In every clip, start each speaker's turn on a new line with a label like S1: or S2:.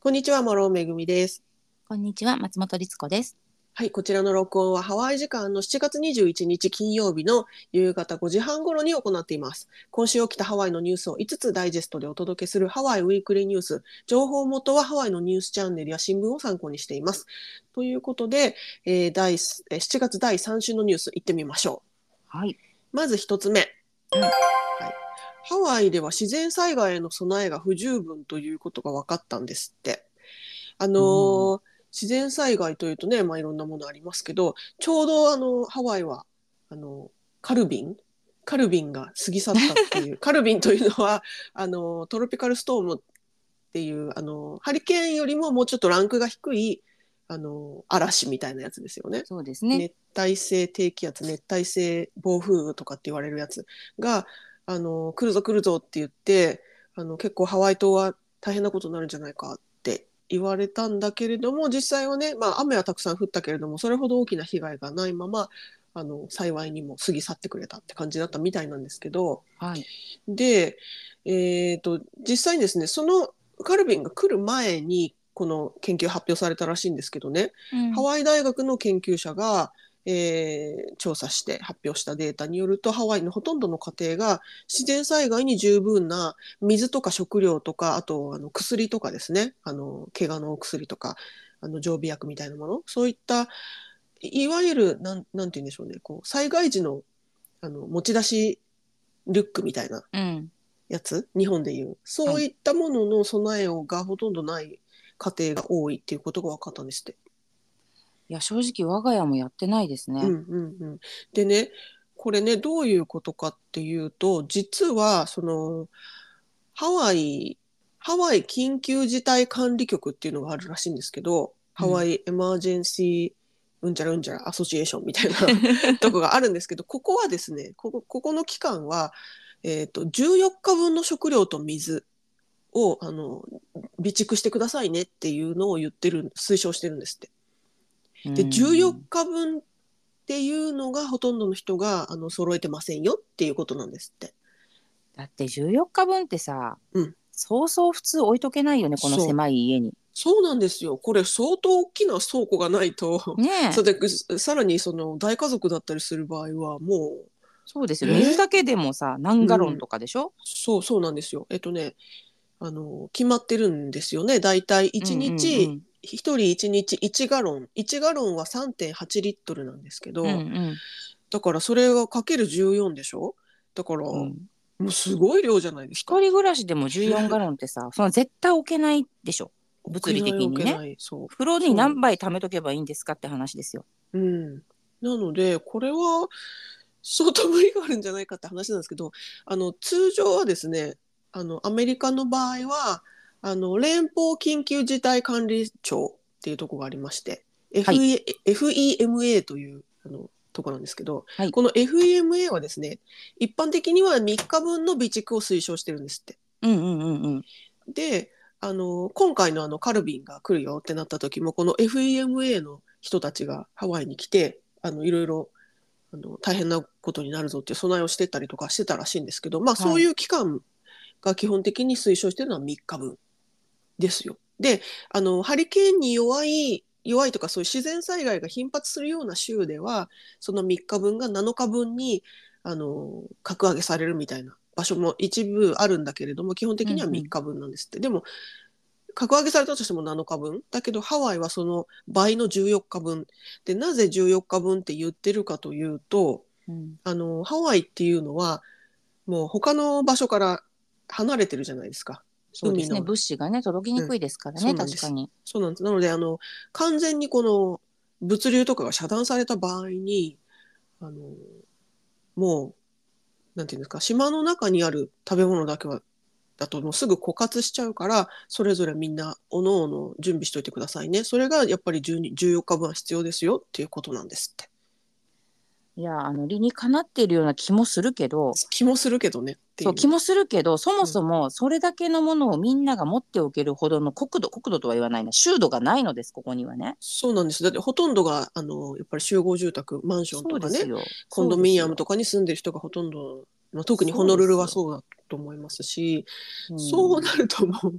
S1: こんにちは、マロンめぐみです。
S2: こんにちは、松本律子です。
S1: はい、こちらの録音はハワイ時間の7月21日金曜日の夕方5時半頃に行っています。今週起きたハワイのニュースを5つダイジェストでお届けするハワイウィークリーニュース。情報元はハワイのニュースチャンネルや新聞を参考にしています。ということで、えー第すえー7月第3週のニュース行ってみましょう。
S2: はい。
S1: まず一つ目、
S2: うん
S1: はい、ハワイでは自然災害への備えが不十分ということが分かったんですって。あのー自然災害というとね、まあ、いろんなものありますけどちょうどあのハワイはあのカルビンカルビンが過ぎ去った っていうカルビンというのはあのトロピカルストームっていうあのハリケーンよりももうちょっとランクが低いあの嵐みたいなやつですよね。
S2: そうですね。
S1: 熱帯性低気圧熱帯性暴風雨とかって言われるやつがあの来るぞ来るぞって言ってあの結構ハワイ島は大変なことになるんじゃないかって言われたんだけれども実際はね、まあ、雨はたくさん降ったけれどもそれほど大きな被害がないままあの幸いにも過ぎ去ってくれたって感じだったみたいなんですけど。
S2: はい。
S1: で、えー、と実際にですねそのカルビンが来る前にこの研究発表されたらしいんですけどね、ハワイ大学の研究者が、えー調査して発表したデータによるとハワイのほとんどの家庭が自然災害に十分な水とか食料とかあとあの薬とかですねあの怪我のお薬とかあの常備薬みたいなものそういったいいわゆるなんなんて言うんでしょうねこう災害時のあの持ち出しルックみたいな
S2: うん。
S1: やつ日本でいうそういったものの備えをがほとんどない家庭が多いっていうことが分かったんですって。
S2: いや、正直我が家もやってないですね。
S1: うんうんうん、でねこれねどういうことかっていうと実はそのハワイハワイ緊急事態管理局っていうのがあるらしいんですけど、ハワイエマージェンシーうんちゃらうんちゃらアソシエーションみたいなとこがあるんですけどここはですねここここの期間は、えー、と14日分の食料と水をあの備蓄してくださいねっていうのを言ってる推奨してるんですって。で
S2: うん
S1: 14日分っていうのがほとんどの人があの揃えてませんよっていうことなんですって。
S2: だって14日分ってさ、
S1: うん
S2: そうそう普通置いとけないよね、この
S1: そう
S2: 狭い家に。
S1: そうなんですよこれ相当大きな倉庫がないと、
S2: ねえ。
S1: それでさらにその大家族だったりする場合はもう
S2: そうですよ。
S1: ね
S2: 水だけでもさ、何ガロンとかでしょ、
S1: そうそうなんですよ。えっとねあの決まってるんですよね大体1
S2: う
S1: 日
S2: ん
S1: 1人1日1ガロン1ガロンは3.8リットルなんですけど、
S2: うんうん。うん
S1: だからそれがかける14でしょだから、
S2: うんうん
S1: もうすごい量じゃないですか
S2: 一。人暮らしでも14ガロンって さ、その絶対置けないでしょ。物理的にね
S1: 送り合いを受けないそう
S2: 風呂に何杯貯めとけばいいんですかって話ですよ。
S1: うん、なのでこれは相当無理があるんじゃないかって話なんですけどあの通常はですねあのアメリカの場合はあの連邦緊急事態管理庁っていうところがありまして、
S2: はい
S1: FE FEMA というあのところなんですけど、
S2: はい
S1: この FEMA はですね一般的には3日分の備蓄を推奨してるんですって。
S2: うんうんうんうん。
S1: であの今回のあのカルビンが来るよってなった時もこの FEMA の人たちがハワイに来てあのいろいろあの大変なことになるぞっていう備えをしてたりとかしてたらしいんですけど、まあ、
S2: はい
S1: そういう期間が基本的に推奨してるのは3日分ですよ。であのハリケーンに弱い弱いとかそういう自然災害が頻発するような州ではその3日分が7日分にあの格上げされるみたいな場所も一部あるんだけれども基本的には
S2: うんうん
S1: 3日分なんですって、でも格上げされたとしても7日分だけどハワイはその倍の14日分でなぜ14日分って言ってるかというと
S2: うん
S1: あのハワイっていうのはもう他の場所から離れてるじゃないですか。
S2: そうですね。
S1: 海の
S2: 物資がね、届きにくいですか
S1: うん
S2: らね、
S1: そうなんで
S2: 確
S1: す
S2: かに。
S1: そうなんですなのであの完全にこの物流とかが遮断された場合にあのもうなんていうんですか島の中にある食べ物だけはだともうすぐ枯渇しちゃうからそれぞれみんなおのおの準備しといてくださいねそれがやっぱり12 14日分は必要ですよっていうことなんですって
S2: いや、あの、理にかなっているような気もするけど、
S1: 気もするけどねってい
S2: そう
S1: う
S2: 気もするけどそもそもそれだけのものをみんなが持っておけるほどの国土国土とは言わないな州土がないのですここにはね。
S1: そうなんですだってほとんどがあのやっぱり集合住宅マンションとかね
S2: よ。
S1: コンドミニアム
S2: と
S1: とかに住んでる人がほとんど、まあ、特にホノルルはそうだと思いますしそうなるともう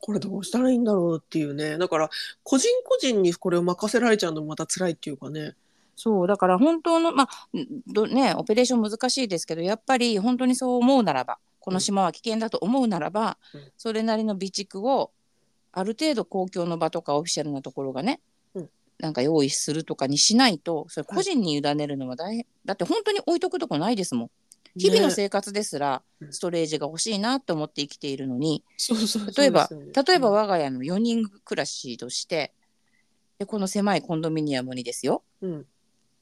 S1: これどうしたらいいんだろうっていうねだから個人個人にこれを任せられちゃうのもまた辛いっていうかね。
S2: そうだから本当のまあんどねオペレーション難しいですけどやっぱり本当にそう思うならばこの島は危険だと思うならば、
S1: うん
S2: それなりの備蓄をある程度公共の場とかオフィシャルなところがね、
S1: うん
S2: なんか用意するとかにしないとそれ
S1: はい
S2: 個人に委ねるのは大変、だって本当に置いとくとこないですもん日々の
S1: い、
S2: 生活ですら
S1: うん
S2: ストレージが欲しいなと思って生きているのに
S1: そうそうそう
S2: 例えば、
S1: そうですよね
S2: 例えば我が家の4人暮らしとしてでこの狭いコンドミニアムにですよ
S1: うん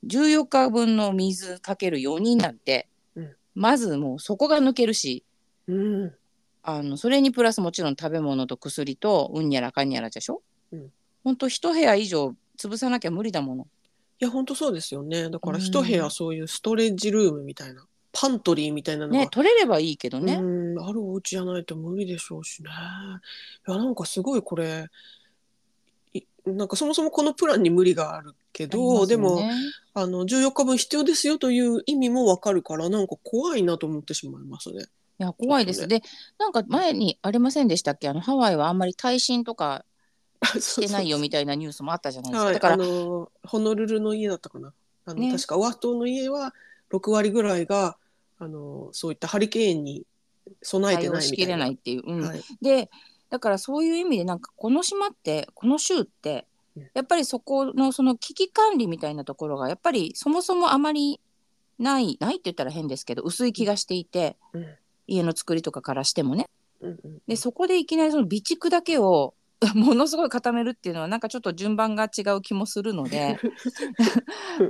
S2: 14日分の水かける4人なんて、
S1: うん
S2: まずもうそこが抜けるし
S1: うん
S2: あのそれにプラスもちろん食べ物と薬とうんにゃらかんにゃらでしょ、
S1: うん
S2: ほんと一部屋以上潰さなきゃ無理だもの
S1: いや本当そうですよねだから
S2: うん
S1: 一部屋そういうストレージルームみたいなパントリーみたいなのが、
S2: ね取れればいいけどね、
S1: うんあるお家じゃないと無理でしょうしねいやなんかすごいこれいなんかそもそもこのプランに無理があるけ
S2: あります
S1: ど、
S2: よね
S1: でもあの14日分必要ですよという意味もわかるからなんか怖いなと思ってしまいますね。
S2: いや怖いで
S1: そ
S2: す
S1: う
S2: でなんか前にありませんでしたっけあのハワイはあんまり耐震とか してないよみたいなニュースもあったじゃないですか、
S1: はい、
S2: だから
S1: あのホノルルの家だったかなあの、
S2: ね
S1: 確かオアフ島の家は6割ぐらいがあのそういったハリケーンに備えて
S2: 対応
S1: ない
S2: し
S1: みた
S2: き
S1: い
S2: れ
S1: な。
S2: ないっていう、うん
S1: はい
S2: でだからそういう意味でなんかこの島ってこの州って
S1: うん
S2: やっぱりそこのその危機管理みたいなところがやっぱりそもそもあまりないないって言ったら変ですけど薄い気がしていて、
S1: うん
S2: 家の作りとかからしてもね
S1: うんうん
S2: でそこでいきなりその備蓄だけを ものすごい固めるっていうのはなんかちょっと順番が違う気もする ので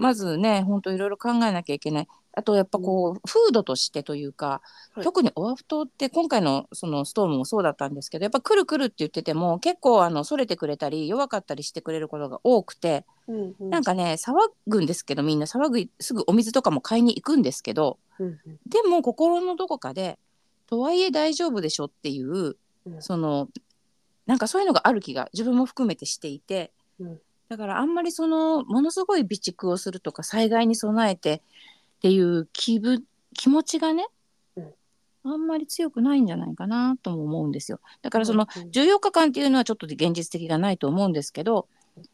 S2: まずね本当いろいろ考えなきゃいけないあとやっぱこう、風土としてというか、
S1: はい
S2: 特にオアフ島って今回のそのストームもそうだったんですけどやっぱ来る来るって言ってても結構あのそれてくれたり弱かったりしてくれることが多くて、
S1: うんうん
S2: なんかね騒ぐんですけどみんな騒ぐすぐお水とかも買いに行くんですけど、
S1: うんうん
S2: でも心のどこかでとはいえ大丈夫でしょっていう、
S1: うん
S2: そのなんかそういうのがある気が自分も含めてしていて、
S1: うん
S2: だからあんまりそのものすごい備蓄をするとか災害に備えてっていう気分気持ちがね、
S1: うん
S2: あんまり強くないんじゃないかなとも思うんですよ。だからその
S1: うんうん
S2: 14日間っていうのはちょっと現実的がないと思うんですけど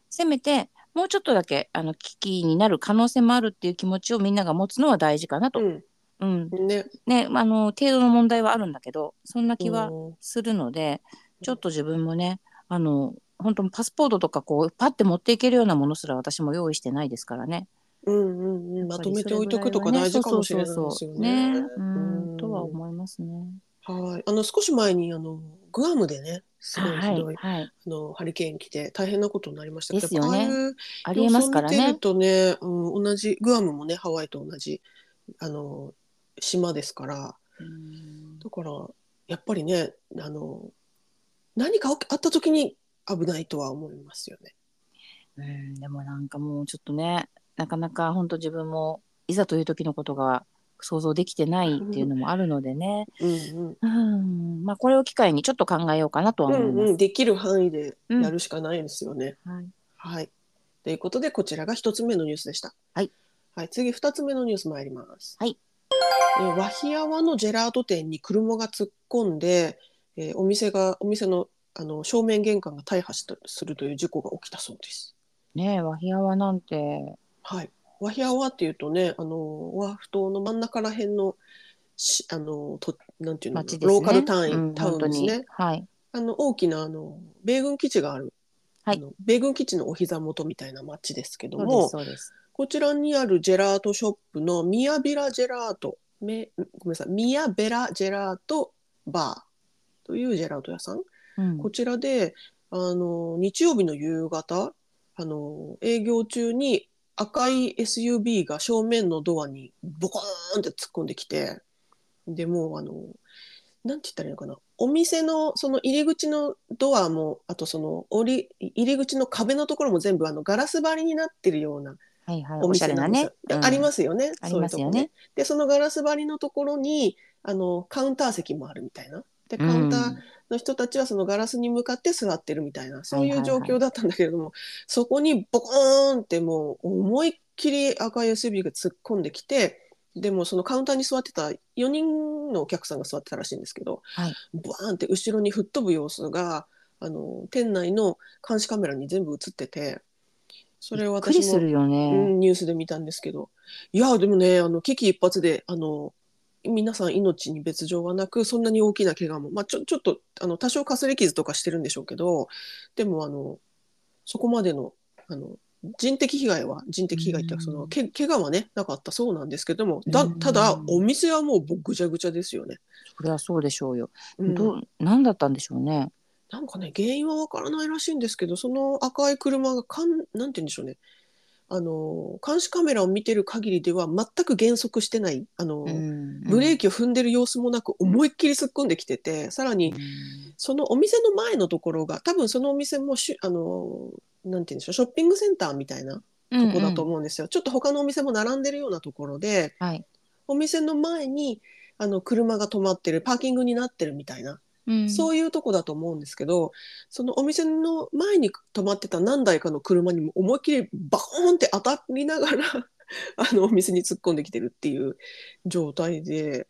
S2: せめてもうちょっとだけあの危機になる可能性もあるっていう気持ちをみんなが持つのは大事かなと、うん、
S1: うんね
S2: ね、まああの程度の問題はあるんだけどそんな気は
S1: うん
S2: するので、ちょっと自分もねあの本当にパスポートとかこうパッて持っていけるようなものすら私も用意してないですからね。
S1: うんうんうん、まとめて置いとくとか大事かもしれない
S2: そう
S1: で
S2: そ
S1: す
S2: う
S1: よ
S2: そうそうね
S1: ね。
S2: うん
S1: うん
S2: とは思いますね。
S1: はい、あの少し前にあのグアムでね、すごいひど、
S2: はいい、はい、
S1: あのハリケーン来て大変なことになりました
S2: ですよね
S1: やっぱああいう
S2: ありえますから
S1: 様子を見て
S2: ね
S1: る。とね、うん、同じグアムもねハワイと同じあの島ですから、
S2: うん
S1: だからやっぱりね、あの何か起きあった時に危ないとは思いますよね。
S2: うん、でもなんかもうちょっとねなかなか本当自分もいざという時のことが想像できてないっていうのもあるのでね、
S1: うん
S2: うん、まあこれを機会にちょっと考えようかなとは
S1: うん、う
S2: 思い
S1: ん
S2: ます。
S1: うん、できる範囲でやるしかないですよね。
S2: はい
S1: はい。ということで、こちらが一つ目のニュースでした。
S2: はい。
S1: はい、次、二つ目のニュース参ります。
S2: はい
S1: えー。ワヒアワのジェラート店に車が突っ込んで、えーお店が、お店の、あの、正面玄関が大破したするという事故が起きたそうです。
S2: ねえ、ワヒアワなんて、
S1: はい。ワヒアワっていうとね、あの、オアフ島の真ん中ら辺の、しあの、と、なんていうの、
S2: 町ですね。
S1: ローカル単位、
S2: うん
S1: タウンですね。。
S2: 本当にはい。
S1: あの、大きな、あの、米軍基地がある。
S2: はい
S1: あの米軍基地のお膝元みたいな町ですけど
S2: そう
S1: も、
S2: です、そうです。
S1: こちらにあるジェラートショップのミヤビラジェラート、めごめんなさい、ミヤベラジェラートバーというジェラート屋さん。
S2: うん
S1: こちらで、あの、日曜日の夕方、あの、営業中に赤い SUV が正面のドアにボコーンって突っ込んできて、でもうあの、なんて言ったらいいのかな、お店のその入り口のドアも、あとその折り、入り口の壁のところも全部あのガラス張りになってるような
S2: はいはい。
S1: お
S2: おし
S1: 店
S2: ゃれ
S1: な
S2: なん
S1: です
S2: ね。
S1: よ。ありますすよね。
S2: あ
S1: そ
S2: り
S1: ういう
S2: ま
S1: と
S2: す
S1: こ
S2: よ
S1: ね
S2: ね。。
S1: で、そのガラス張りのところに、あの、カウンター席もあるみたいな。で、カウンターの人たちはそのガラスに向かって座ってるみたいな、そういう状況だったんだけれども、そこにボコーンってもう思いっきり赤い SUV が突っ込んできて、でもそのカウンターに座ってた4人のお客さんが座ってたらしいんですけど、
S2: はい
S1: バーンって後ろに吹っ飛ぶ様子があの店内の監視カメラに全部映っててそれを
S2: びっくり
S1: 私
S2: す
S1: も、
S2: るよ
S1: う
S2: ね。
S1: ん、ニュースで見たんですけどいやでもねあの危機一髪であの皆さん命に別状はなくそんなに大きな怪我も、まあ、ちょちょっとあの多少かすれ傷とかしてるんでしょうけどでもあのそこまでのあの人的被害は人的被害っていうかその、
S2: うん
S1: け怪我はねなかったそうなんですけどもだ
S2: うん
S1: ただお店はもうぐちゃぐちゃですよね。
S2: そりゃそうでしょうよ。
S1: うん
S2: どう何だったんでしょうね。
S1: なんかね原因はわからないらしいんですけどその赤い車がかんなんて言うんでしょうねあの監視カメラを見てる限りでは全く減速してないあの、ブレーキを踏んでる様子もなく思いっきり突っ込んできててさらに
S2: キ
S1: そのお店の前のところが多分そのお店もしあのなんて言うんでしょうショッピングセンターみたいなとこだと思うんですよ、ちょっと他のお店も並んでるようなところで
S2: はい。
S1: お店の前にあの車が止まってるパーキングになってるみたいなそういうとこだと思うんですけど、そのお店の前に止まってた何台かの車にも思いっきりバコーンって当たりながら あのお店に突っ込んできてるっていう状態で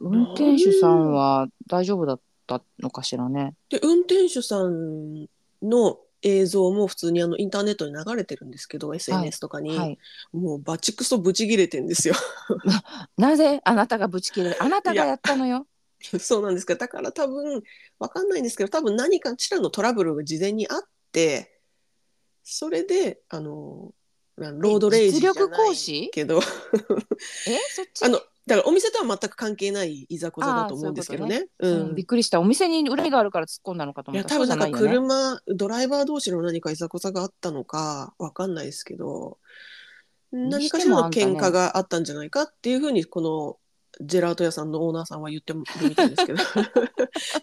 S2: 運転手さんは大丈夫だったのかしらね。
S1: で運転手さんの映像も普通にあのインターネットに流れてるんですけど SNS とかに、
S2: はい。
S1: もうバチクソブチギレてんですよ
S2: なぜあなたがぶち切れるあなたがやったのよ。
S1: そうなんですけどだから多分わかんないんですけど多分何かしらのトラブルが事前にあってそれであのなロードレイジじゃない
S2: 実力行使
S1: けど
S2: えそっち
S1: あの だからお店とは全く関係ないいざこざだと思うんですけどね。う
S2: うん
S1: ん
S2: びっくりしたお店に恨みがあるから突っ込んだのかと
S1: い
S2: 思っ
S1: や
S2: た
S1: 多分なんか
S2: そうじゃないよね
S1: 車、ドライバー同士の何かいざこざがあったのかわかんないですけど何かしらの喧嘩があったんじゃないかっていうふうにこのジェラート屋さんのオーナーさんは言ってるみたい ですけど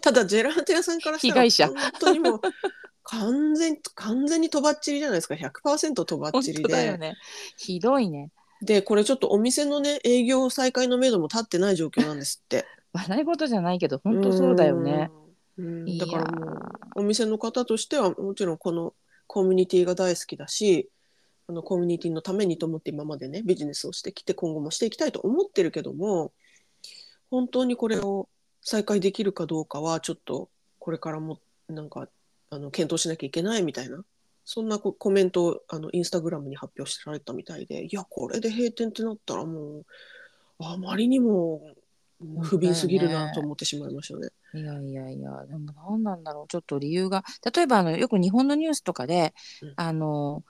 S1: ただジェラート屋さんからしたら
S2: 被害者
S1: 本当にもう完全完全にとばっちりじゃないですか100%とばっ
S2: 本
S1: ちり
S2: 当だよ
S1: で、
S2: ねひどいね
S1: でこれちょっとお店のね営業再開のめども立ってない状況なんですって。
S2: 笑い事じゃないけど本当そうだよね
S1: うん。うん
S2: い
S1: だ
S2: や
S1: からもうお店の方としてはもちろんこのコミュニティが大好きだしあのコミュニティのためにと思って今までねビジネスをしてきて今後もしていきたいと思ってるけども本当にこれを再開できるかどうかはちょっとこれからもなんかあの検討しなきゃいけないみたいなそんなこコメントをあのインスタグラムに発表してられたみたいでいやこれで閉店ってなったらもうあまりにも不憫すぎるなと思ってしまいましたね。
S2: いやいやいやでも何なんだろうちょっと理由が例えばあのよく日本のニュースとかで、
S1: うん
S2: あの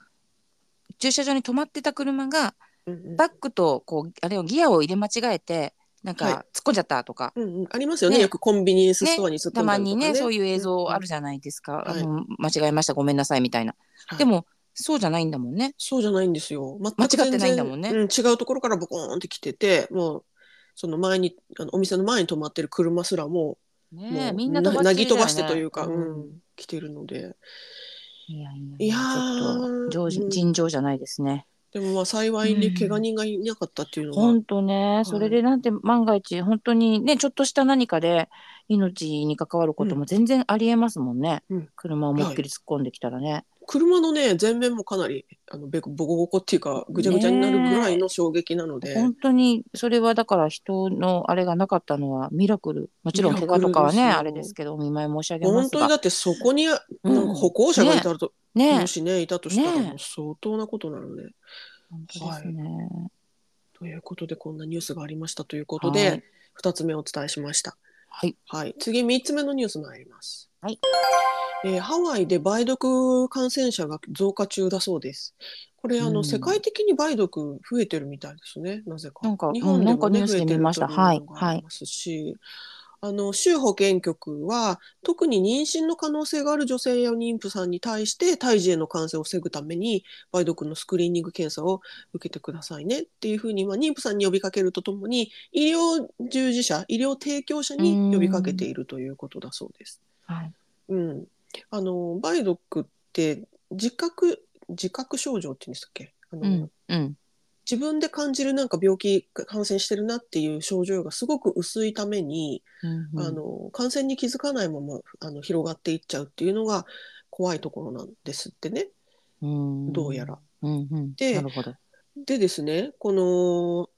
S2: 駐車場に止まってた車が
S1: うんうん
S2: バックとこうあれをギアを入れ間違えてなんか
S1: はい
S2: 突っ込んじゃったとか、
S1: うんうん、ありますよね
S2: ね
S1: よくコンビニエンスストアに突っ込
S2: た
S1: んだ
S2: ま
S1: りと
S2: に
S1: か、
S2: ね
S1: ね
S2: そういう映像あるじゃないですか、
S1: うんうん
S2: あの間違えましたごめんなさいみたいな、
S1: はい
S2: でもそうじゃないんだもんね
S1: そうじゃないんですよ全く
S2: 間違ってないんだもんね
S1: 全然うん違うところからボコーンって来ててもうその前にあのお店の前に止まってる車すらもう,、
S2: ねえ
S1: もう
S2: みんな
S1: な
S2: 飛ば
S1: な
S2: っち
S1: ぎ
S2: りだ
S1: 飛
S2: よね
S1: ばしてというか、うん
S2: うん
S1: 来てるので
S2: いや
S1: い
S2: い
S1: や
S2: や
S1: ー
S2: ちょっと上
S1: うん
S2: 手尋常じゃないですね。
S1: でもまあ幸いに怪我人がいなかったっていうのは、
S2: 本当ね、
S1: い
S2: それでなんて万が一本当にねちょっとした何かで命に関わることも全然ありえますもんね、
S1: うん
S2: 車を思いっきり突っ込んできたらね、
S1: 車のね前面もかなりあのべこボコボコっていうかぐちゃぐちゃになるぐらいの衝撃なので、
S2: 本当にそれはだから人のあれがなかったのはミラクルもちろん
S1: ミラ
S2: 怪
S1: クル
S2: 我とかは
S1: です
S2: ね
S1: よ
S2: あれですけどお見舞い申し上げま
S1: 本
S2: す
S1: 当に
S2: が
S1: だってそこになんか
S2: うん
S1: 歩行者がいたらと、
S2: ね
S1: もしねいたとしたら
S2: ね
S1: もう相当なことなので。
S2: 本当ですね、
S1: ということでこんなニュースがありましたということで、
S2: はい
S1: 2つ目お伝えしました。
S2: はい、
S1: はい、次3つ目のニュース参ります。
S2: はい
S1: えーハワイで梅毒感染者が増加中だそうです。これあの、
S2: うん
S1: 世界的に梅毒増えてるみたいですね。なぜか。
S2: なんか
S1: 日本でも、ね
S2: うんなんかニュースで見ました
S1: 増えてるとうのがありますし、あの州保健局は特に妊娠の可能性がある女性や妊婦さんに対して胎児への感染を防ぐために梅毒のスクリーニング検査を受けてくださいねっていうふうに、まあ、妊婦さんに呼びかけるとともに医療従事者医療提供者に呼びかけているということだそうです。
S2: はい
S1: うん、あの梅毒って自覚自覚症状って言うんでしたっけあの、
S2: うんうん
S1: 自分で感じるなんか病気感染してるなっていう症状がすごく薄いために、
S2: うん
S1: あの感染に気づかないままあの広がっていっちゃうっていうのが怖いところなんですってね
S2: うん
S1: どうやら。
S2: うんうん、
S1: で
S2: なるほど
S1: でですねこの、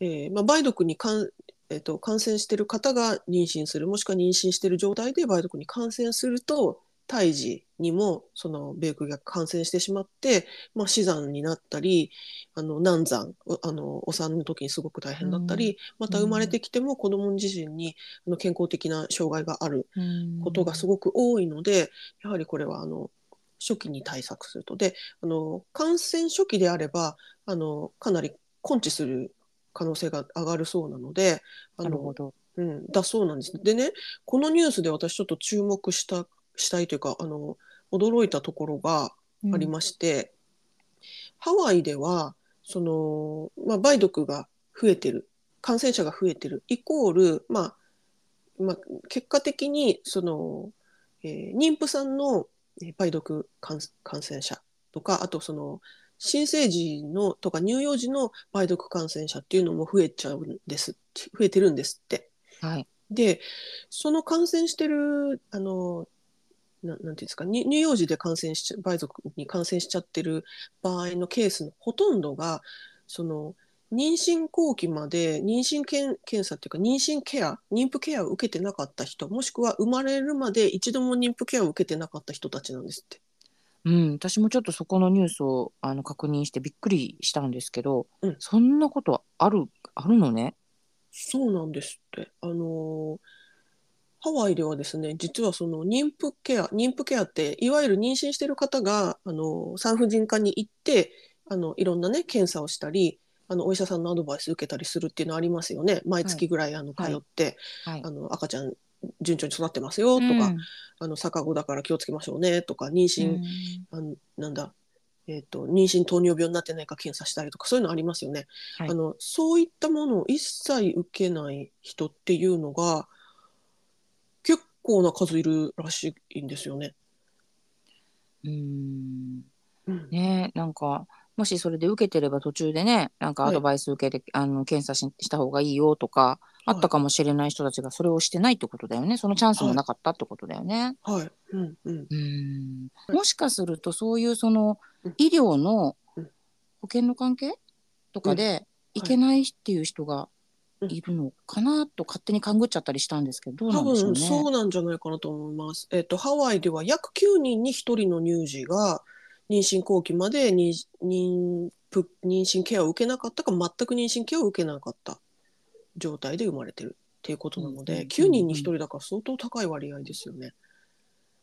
S1: えーまあ、梅毒にかんえっと、感染してる方が妊娠するもしくは妊娠してる状態で梅毒に感染すると胎児にもその米国が感染してしまって、まあ、死産になったりあの難産おあのお産の時にすごく大変だったり、また生まれてきても子ども自身にあの健康的な障害があることがすごく多いので、やはりこれはあの初期に対策するとであの感染初期であればあのかなり根治する可能性が上がるそうなのであの
S2: なるほど
S1: うん、だそうなんです。でねこのニュースで私ちょっと注目したしたいというかあの驚いたところがありまして、ハワイではその、まあ、梅毒が増えてる感染者が増えてるイコール、まあまあ、結果的にその、えー妊婦さんのえー梅毒感感染者とかあとその新生児のとか乳幼児の梅毒感染者っていうのも増えちゃうんです増えてるんですって。
S2: うんはい
S1: でその感染してるあのななんていうんですかに乳幼児で感染しちゃ梅毒に感染しちゃってる場合のケースのほとんどがその妊娠後期まで妊娠検検査っていうか妊娠ケア妊婦ケアを受けてなかった人もしくは生まれるまで一度も妊婦ケアを受けてなかった人たちなんですって。
S2: うん、私もちょっとそこのニュースをあの確認してびっくりしたんですけど、
S1: うん
S2: そんなことあるあるのね。
S1: そうなんですって。あのーハワイではですね、実はその妊婦ケア、妊婦ケアって、いわゆる妊娠している方が、あのー産婦人科に行って、あの、いろんなね、検査をしたり、あの、お医者さんのアドバイス受けたりするっていうのありますよね。毎月ぐらい、あの、通
S2: はい
S1: って、
S2: はい、
S1: あの、赤ちゃん順調に育ってますよとか、あの、逆子だから気をつけましょうねとか、妊娠、あのなんだ、えー、と妊娠糖尿病になってないか検査したりとかそういうのありますよね、
S2: はい
S1: あのそういったものを一切受けない人っていうのが結構な数いるらしいんですよね。
S2: うんうん
S1: うん
S2: ねなんかもしそれで受けてれば途中でねなんか
S1: は
S2: ア
S1: い
S2: ドバイス受けて、あの検査しした方がいいよとかあったかもしれない人たちがそれをしてないってことだよねそのチャンスもなかったってことだよね。
S1: はい、うんうん
S2: うんもしかするとそういうその
S1: うん
S2: 医療の
S1: うん
S2: 保険の関係とかで
S1: うん
S2: いけないっていう人が
S1: うん
S2: いるのかなと勝手に勘ぐっちゃったりしたんですけどどうな
S1: 多
S2: んでしょう
S1: 分
S2: ね。
S1: そうなんじゃないかなと思います。えっとハワイでは約9人に1人の乳児が妊娠後期まで妊妊婦妊娠ケアを受けなかったか全く妊娠ケアを受けなかった状態で生まれてるっていうことなの
S2: うんうんうんう
S1: で、
S2: ん
S1: 九9人に1人だから相当高い割合ですよね。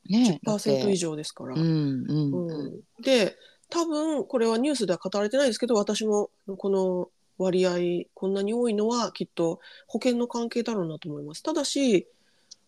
S2: ねだって
S1: 10%以上ですから。
S2: うんうん
S1: う
S2: うん
S1: んで多分これはニュースでは語られてないですけど私もこの割合こんなに多いのはきっと保険の関係だろうなと思います。ただし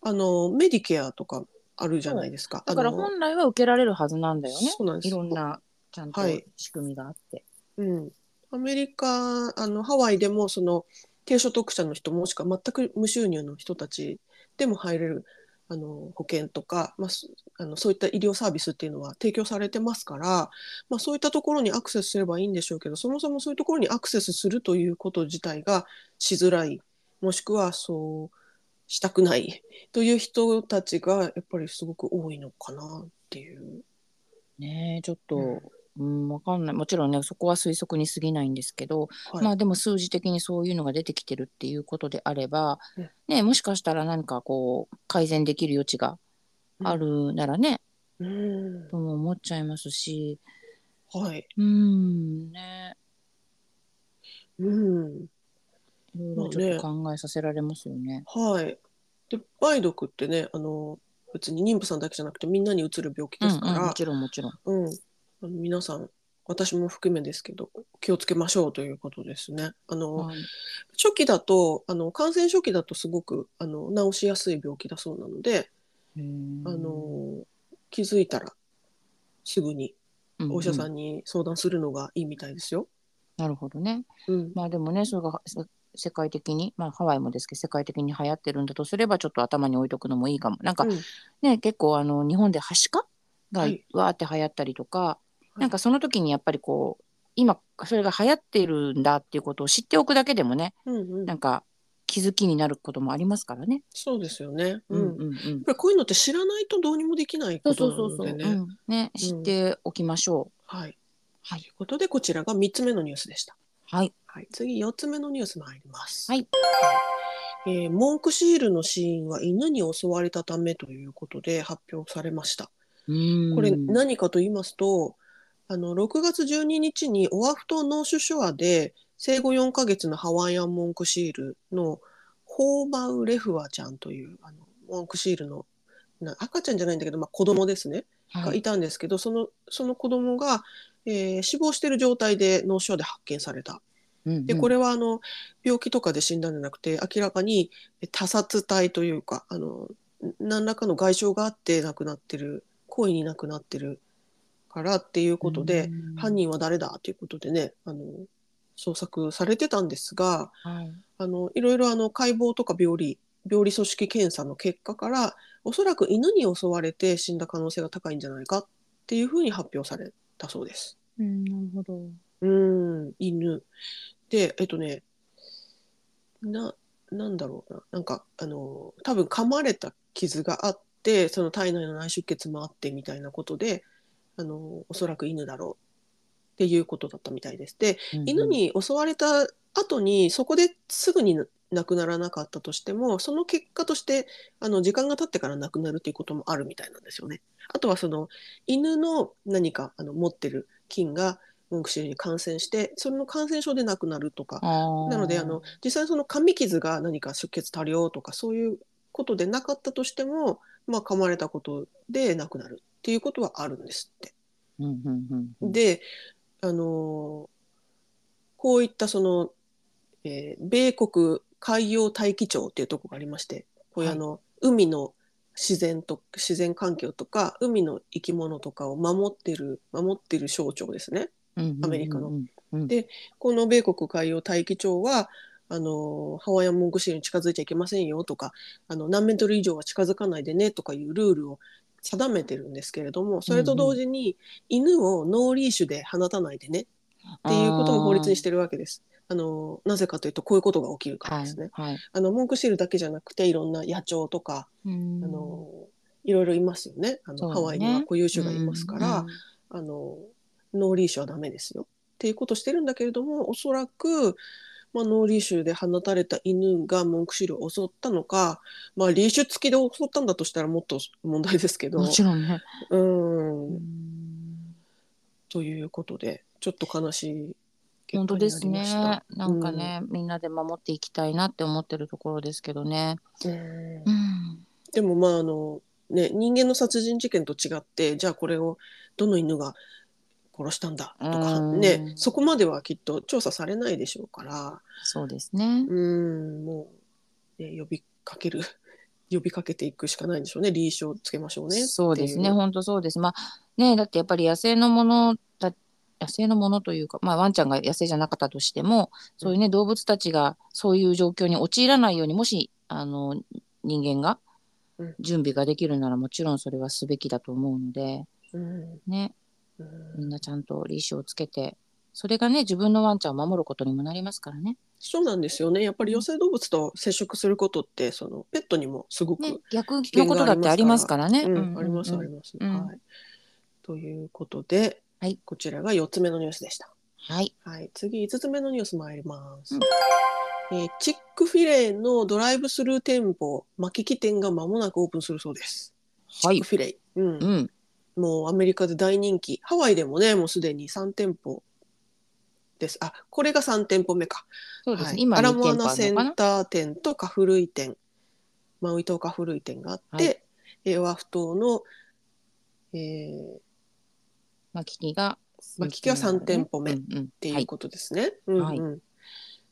S1: あのメディケアとかあるじゃないですか。
S2: だから
S1: あの
S2: 本来は受けられるはずなんだよね。
S1: そうなんです
S2: いろんなちゃんと
S1: はい
S2: 仕組みがあって。
S1: うん、アメリカあのハワイでもその低所得者の人もしくは全く無収入の人たちでも入れるあの保険とか、まあ、そあのそういった医療サービスっていうのは提供されてますから、まあ、そういったところにアクセスすればいいんでしょうけどそもそもそういうところにアクセスするということ自体がしづらいもしくはそうしたくないという人たちがやっぱりすごく多いのかなっていう。
S2: ねえちょっと、
S1: うん
S2: うん、わかんないもちろんねそこは推測に過ぎないんですけど、
S1: はい
S2: まあでも数字的にそういうのが出てきてるっていうことであれば、
S1: うん
S2: ね、もしかしたら何かこう改善できる余地があるならね、
S1: うん
S2: とも思っちゃいますし
S1: はい
S2: うんね
S1: うん
S2: いろいろちょっと考えさせられますよね。
S1: はい。で、梅毒ってね、あの、別に妊婦さんだけじゃなくて、みんなにうつる病気
S2: う
S1: で
S2: ん
S1: すか
S2: うん、も
S1: ら、
S2: ちろんもちろん。
S1: うん、あの皆さん、私も含めですけど、気をつけましょうということですね。あの、
S2: はい
S1: 初期だと、あの、感染初期だとすごく、あの、治しやすい病気だそうなので、
S2: うん
S1: あの、気づいたら、すぐに
S2: うん
S1: お医者さ
S2: うん
S1: んに相談するのがいいみたいですよ。
S2: なるほどね。
S1: うん。
S2: まあでもねそれがせ世界的に、まあ、ハワイもですけど世界的に流行ってるんだとすればちょっと頭に置いとくのもいいかも。なんか
S1: うん
S2: ね、結構あの日本ではしかが
S1: はい
S2: わーって流行ったりとか、
S1: い
S2: なんかその時にやっぱりこう今それが流行ってるんだっていうことを知っておくだけでもね
S1: うんうん
S2: なんか気づきになることもありますからね。
S1: そうですよね。
S2: う
S1: うんん。
S2: うんう
S1: やっ
S2: ん
S1: ぱりこういうのって知らないとどうにもできない
S2: そ
S1: こ
S2: うそ
S1: と
S2: う
S1: なの
S2: そうそう、
S1: でね。
S2: うん、ね知っておきましょう。
S1: はい。
S2: はい
S1: ということで、こちらが3つ目のニュースでした。
S2: はい
S1: はい、次、4つ目のニュース参ります。
S2: はい
S1: えーモンクシールの死因は犬に襲われたためということで発表されました。これ
S2: うん
S1: 何かと言いますと、あの6月12日にオアフ島ノーシュショアで生後4ヶ月のハワイアンモンクシールのホーバウレフワちゃんというあのモンクシールのな赤ちゃんじゃないんだけど、まあ、子供ですね、
S2: は
S1: が
S2: い
S1: いたんですけどそのその子供が、えー死亡している状態でノーショアで発見されたでこ
S2: れ、
S1: れはあの病気とかで死んだんじゃなくて明らかに他殺体というかあの何らかの外傷があって亡くなってる故意に亡くなってるからっていうことで、
S2: うん
S1: 犯、人は誰だということでねあの捜索されてたんですが
S2: はい
S1: あのいろいろあの解剖とか病理病理組織検査の結果からおそらく犬に襲われて死んだ可能性が高いんじゃないかっていうふうに発表されたそうです。
S2: うん、なるほど。
S1: うーん、犬。で、えっとね、な、なんだろうな。なんか、あの、多分噛まれた傷があって、その体内の内出血もあってみたいなことで、あの、おそらく犬だろうっていうことだったみたいです。で、犬に襲われた後に、そこですぐに亡くならなかったとしても、その結果として、あの、時間が経ってから亡くなるということもあるみたいなんですよね。あとは、その、犬の何か、あの、持ってる菌が、モンクシールに感染して、その感染症で亡くなるとか、
S2: な
S1: なのであの、実際その噛み傷が何か出血多量とかそういうことでなかったとしても、まあ、噛まれたことで亡くなるっていうことはあるんですって。
S2: うんうんうんうん、
S1: で、あのーこういったその、えー米国海洋大気庁っていうところがありましてこういうあの、海の自然と自然環境とか海の生き物とかを守ってる守ってる省庁ですね。アメリカの
S2: うんうんうん、
S1: でこの米国海洋大気庁はあのハワイアンモンクシールに近づいちゃいけませんよとかあの何メートル以上は近づかないでねとかいうルールを定めてるんですけれどもそれと同時に、犬をノーリーシュで放たないでねっていうことも法律にしててるわけです。あのなぜかというとこういうことが起きるからですね。
S2: はいはい、
S1: あのモンクシールだけじゃなくていろんな野鳥とか、
S2: あ
S1: あのいろいろいますよねあ
S2: そ
S1: の
S2: うね
S1: ハワイには固有種がいますから、あのノーリーシュはダメですよっていうことしてるんだけれどもおそらく、まあ、ノーリーシュで放たれた犬がモンクシールを襲ったのか、まあ、リーシュ付きで襲ったんだとしたらもっと問題ですけど
S2: もちろんね。
S1: うー
S2: うんん
S1: ということでちょっと悲しい結
S2: 本
S1: 果
S2: 当
S1: になりま
S2: で
S1: し
S2: す
S1: た
S2: ね。なんかね、みんなで守っていきたいなって思ってるところですけどね。
S1: うんうん
S2: うん、
S1: でもまああの、ね、人間の殺人事件と違ってじゃあこれをどの犬が殺したんだとか
S2: うん
S1: ねそこまではきっと調査されないでしょうから。
S2: そうですね。
S1: うーん、もう、ね、呼びかける、 呼びかけていくしかないんでしょうね、リーシュをつけましょうね。
S2: そうです
S1: っ
S2: ね。
S1: ていう
S2: 本当そうです。まあねだってやっぱり野生のものだ野生のものというか、まあ、ワンちゃんが野生じゃなかったとしてもそういうね動物たちがそういう状況に陥らないようにもしあの人間が
S1: うん
S2: 準備ができるならもちろんそれはすべきだと思うので、
S1: うん
S2: ね、
S1: う
S2: み
S1: ん
S2: んなちゃんとリーシュをつけてそれがね自分のワンちゃんを守ることにもなりますからね。
S1: そうなんですよね。やっぱり野生動物と接触することって、そのペットにもすごく、
S2: ね逆のことだってありますからね。
S1: うんあります、あ
S2: は
S1: り
S2: い
S1: ます、
S2: うん
S1: はい。ということで、
S2: はい
S1: こちらが4つ目のニュースでした。
S2: はい
S1: はい、次5つ目のニュース参ります、
S2: うん
S1: えーチックフィレのドライブスルー店舗、巻き木店が間もなくオープンするそうです。
S2: は
S1: チッ
S2: い
S1: ク。フィレイ。うん
S2: うん。
S1: もうアメリカで大人気。ハワイでもね、もうすでに3店舗です。あ、これが3店舗目か。
S2: そうですね。
S1: はい
S2: 今
S1: アラ
S2: 二
S1: モア
S2: 店舗
S1: ナ
S2: あ
S1: セ
S2: る
S1: ン
S2: のかな。
S1: ター店とカフルイ店、マウイ島カフルイ店があって、
S2: は
S1: えーオアフ島の、えーっ
S2: マキキが
S1: マキキが三店舗目
S2: うんうん、って
S1: いうことですね。
S2: はい
S1: うんうん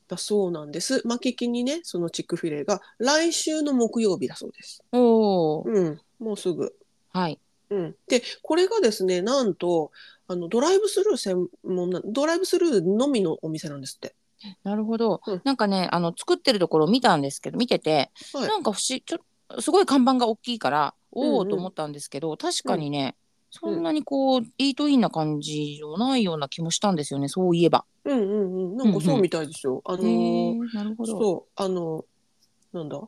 S1: だそうなんです。マキキにね、そのチックフィレが来週の木曜日だそうです。
S2: と。おお。
S1: うん、もうすぐ。
S2: はい。
S1: うん、でこれがですねなんとあのドライブスルー専門なドライブスルーのみのお店なんですって。
S2: なるほど。
S1: うん
S2: なんかね、あの作ってるところを見たんですけど、見てて、
S1: はい
S2: なんか不思ちょすごい看板が大きいから、
S1: んうん
S2: おおと思ったんですけど、確かにね、そんなにこう、イートインな感じじゃないような気もしたんですよね。そういえば。
S1: うんうんうん、なんかそうみたいですよ。あのー
S2: へーなるほど。
S1: そうあのなんだ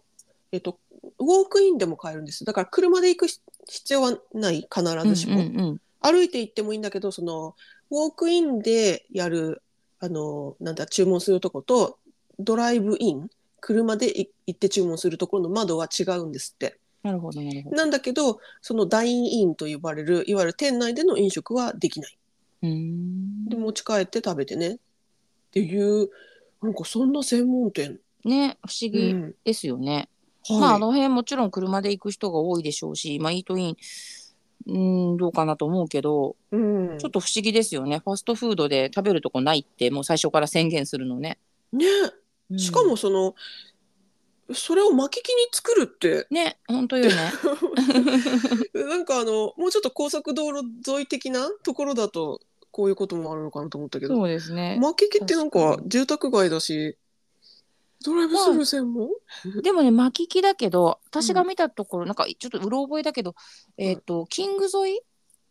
S1: えっとウォークインでも買えるんですだから車で行くひ必要はない必ずしも、
S2: うんうんうん、
S1: 歩いて行ってもいいんだけどそのウォークインでやるあのなんだ注文するとことドライブイン車でい行って注文するところの窓は違うんですって。
S2: なるほどなるほど。
S1: なんだけどそのダインインと呼ばれるいわゆる店内での飲食はできない。
S2: うーん
S1: で持ち帰って食べてねっていうなんかそんな専門店。
S2: ね不思
S1: う
S2: 議
S1: ん
S2: ですよね。
S1: はい
S2: まああの辺もちろん車で行く人が多いでしょうし、まあ、イートインうーんどうかなと思うけど
S1: うん
S2: ちょっと不思議ですよねファストフードで食べるとこないってもう最初から宣言するのね。
S1: ね
S2: うん
S1: しかもその、それを巻き木に作るって
S2: ね本当よね。
S1: なんかあのもうちょっと高速道路沿い的なところだとこういうこともあるのかなと思ったけど
S2: そうですね。
S1: 巻き木ってなん
S2: 確
S1: か
S2: か
S1: 住宅街だしドライブスルー専門、
S2: でもね巻き木だけど私が見たところ、なんかちょっとうろ覚えだけど、えっ、とキング沿い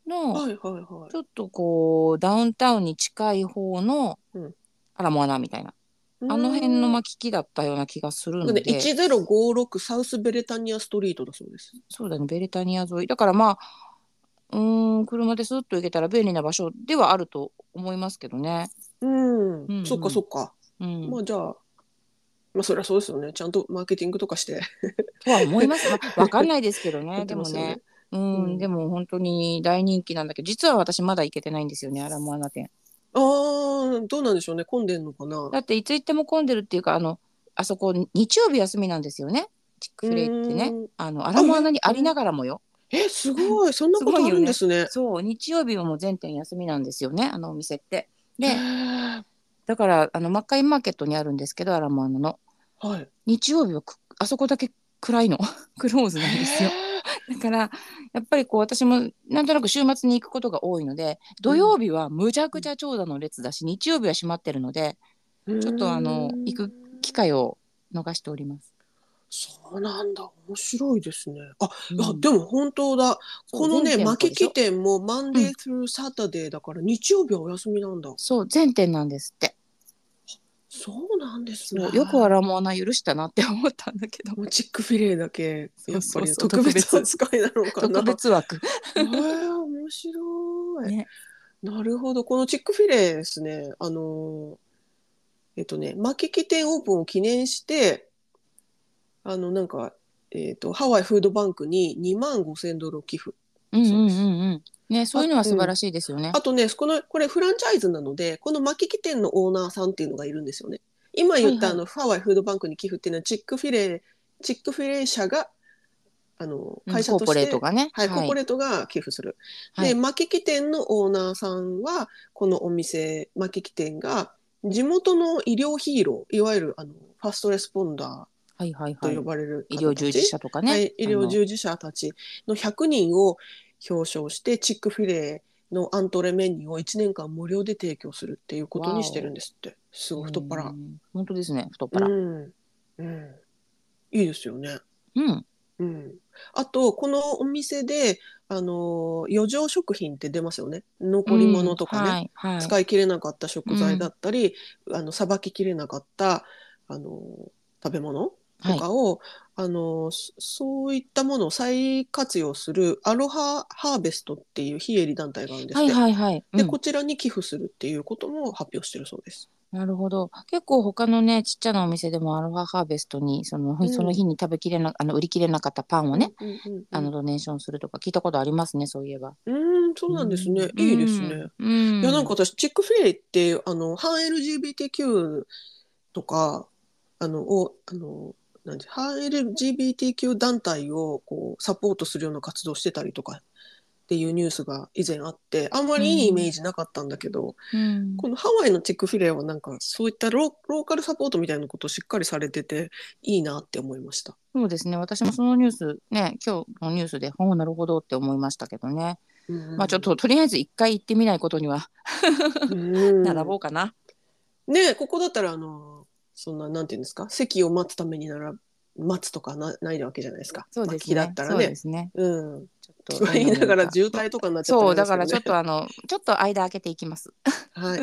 S2: の
S1: はいはいはい
S2: ちょっとこうダウンタウンに近い方の、
S1: うん
S2: あらもアナみたいなあの辺の巻き木だったような気がするの
S1: なん
S2: で
S1: かね、1056サウスベレタニアストリートだそうです。
S2: そうだねベレタニア沿いだからまあうーん車ですっと行けたら便利な場所ではあると思いますけどね。
S1: うん、
S2: うん
S1: そっかそっか。
S2: うん
S1: まあじゃあ、まあそりゃそうですよね。ちゃんとマーケティングとかして。
S2: とは思い ますが分かんないですけどね
S1: やって
S2: で
S1: ま
S2: も
S1: すよ
S2: ね。。うん、
S1: うん
S2: でも本当に大人気なんだけど実は私まだ行けてないんですよねアラモアナ店。
S1: ああ、どうなんでしょうね。混んでんのかな。
S2: だっていつ行っても混んでるっていうかあのあそこ日曜日休みなんですよねチックフレイって
S1: う
S2: ね
S1: ん
S2: あのアラモアナにありながらもよ
S1: え、すごい。そんなことあるんですね。
S2: そう日曜日はもう全店休みなんですよねあのお店って
S1: へ
S2: で
S1: ー
S2: だからあのマッカイマーケットにあるんですけどアラモアナの
S1: はい。
S2: 日曜日はくあそこだけ暗いの クローズなんですよだからやっぱりこう私もなんとなく週末に行くことが多いので土曜日はむちゃくちゃ長蛇の列だし日曜日は閉まってるのでちょっとあの
S1: うん
S2: 行く機会を逃しております、
S1: そうなんだ。面白いですね。あ、
S2: うん
S1: あでも本当だ。このね、
S2: 全店舗
S1: 巻き
S2: でしょ
S1: 木店もマンデー through サタデーだから日曜日はお休みなんだ。
S2: そう全店なんですって
S1: そうなんですね
S2: そう。よくアラモアナ許したなって思ったんだけど
S1: もうチックフィレーだけやっぱり
S2: そうそうそう
S1: 特別
S2: 特別
S1: 扱いなのかな。
S2: 特別枠
S1: へえ面白い、
S2: ね
S1: なるほどこのチックフィレーですねあのーえっとね巻き木店オープンを記念してあのなんか、えっとハワイフードバンクに2万5千ドルを寄付
S2: うんうんうんうんねそういうのは素晴らしいですよね
S1: あとねこのこれフランチャイズなのでこの巻き木店のオーナーさんっていうのがいるんですよね今言った、あ
S2: はいはい
S1: のハワイフードバンクに寄付っていうのはチックフィレーチックフィレー社があの
S2: うん
S1: 会社
S2: コ
S1: と
S2: ー
S1: して、
S2: ポレートがね
S1: はい、コーポレートが寄付する。
S2: は
S1: で、
S2: い
S1: 巻き木店のオーナーさんは、このお店、巻き木店が、地元の医療ヒーロー、いわゆるあのファーストレスポンダ
S2: はいはい
S1: ーと
S2: はい
S1: 呼ばれる
S2: 医
S1: 方
S2: 療
S1: たち
S2: 従事者とかね、
S1: はい、医療
S2: 事
S1: 従事者たちの100人を表彰して、チックフィレーのアントレメニューを1年間無料で提供するっていうことにしてるんですって。すごい太っ腹。
S2: 本当ですね太っ
S1: う
S2: 腹
S1: ん。うん。いいですよね。
S2: うん
S1: うん、あとこのお店で、あのー余剰食品って出ますよね残り物とかね、
S2: ね、はいはい、
S1: 使い切れなかった食材だったりあのさばききれなかった、あのー食べ物とかを、あのーそそういったものを再活用するアロハハーベストっていう非営利団体があるんです
S2: は
S1: ね
S2: いはいはい、うん
S1: でこちらに寄付するっていうことも発表してるそうです。
S2: なるほど結構他のねちっちゃなお店でもアロハハーベストにその,、
S1: うん
S2: その日に食べきれなあの売り切れなかったパンをね、
S1: うんうんうん
S2: あのドネーションするとか聞いたことありますねそういえば
S1: うんそうなんですね、いいですね。
S2: うん。
S1: いやなんか私チックフィレイってあの反 LGBTQ とかあのをあのなんて反 LGBTQ 団体をこうサポートするような活動してたりとかっていうニュースが以前あってあんまりいいイメージなかったんだけど、
S2: うん、
S1: このハワイのチックフィレイはなんかそういったロローカルサポートみたいなことをしっかりされてていいなって思いました。
S2: そうですね。私もそのニュースね、今日のニュースで、ほうなるほどって思いましたけどね。まあちょっととりあえず一回行ってみないことには
S1: うん
S2: 並ぼうか な。
S1: ねえここだったらあのそんななんていうんですか席を待つためになら待つとかなないわけじゃないですか。
S2: そうで
S1: 巻
S2: す
S1: き
S2: ね。
S1: だったら
S2: そうで
S1: ね。
S2: すね。
S1: うん。
S2: ちょっ
S1: とか言いながら渋滞とかになっちゃった
S2: そう
S1: りなん
S2: だ
S1: ですけど
S2: か
S1: ね
S2: らちょっとあのちょっと間開けていきます。
S1: はい。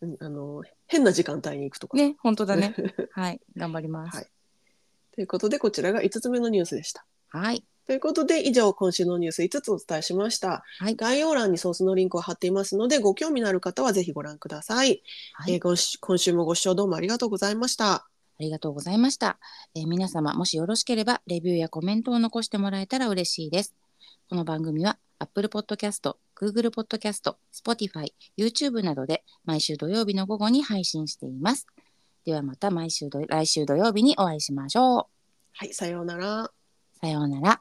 S1: うんあの変な時間帯に行くとか。
S2: ね、本当だ ね。はい、頑張りま
S1: はい
S2: す。
S1: ということでこちらが5つ目のニュースでした。
S2: はい、
S1: ということで以上今週のニュース5つお伝えしました、
S2: はい
S1: 概要欄にソースのリンクを貼っていますのでご興味のある方はぜひご覧ください、
S2: はい
S1: えーごし今週もご視聴どうもありがとうございました
S2: あありがとうございました、えー皆様もしよろしければレビューやコメントを残してもらえたら嬉しいですこの番組は Apple Podcast、Google Podcast、Spotify、YouTube などで毎週土曜日の午後に配信していますではまた毎週土来週土曜日にお会いしましょう
S1: はい、さようなら。
S2: さようなら